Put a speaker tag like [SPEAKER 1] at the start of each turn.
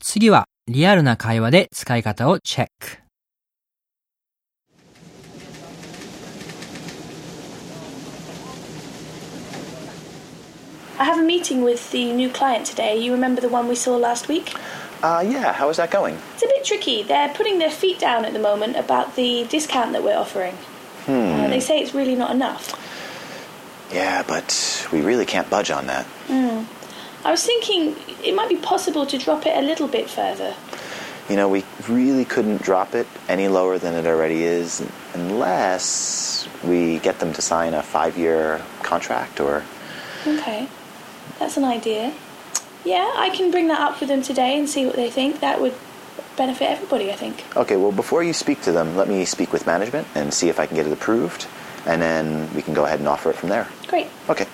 [SPEAKER 1] 次はリアルな会話で使い方をチェック。
[SPEAKER 2] I have a meeting with the new client today. You remember the one we saw last week?
[SPEAKER 3] Uh, yeah, how is that going?
[SPEAKER 2] It's a bit tricky. They're putting their feet down at the moment about the discount that we're offering. Uh, they say it's really not enough.
[SPEAKER 3] Yeah, but we really can't budge on that.
[SPEAKER 2] I was thinking it might be possible to drop it a little bit further.
[SPEAKER 3] You know, we really couldn't drop it any lower than it already is unless we get them to sign a five year contract or.
[SPEAKER 2] Okay, that's an idea. Yeah, I can bring that up with them today and see what they think. That would benefit everybody, I think.
[SPEAKER 3] Okay, well, before you speak to them, let me speak with management and see if I can get it approved, and then we can go ahead and offer it from there.
[SPEAKER 2] Great.
[SPEAKER 3] Okay.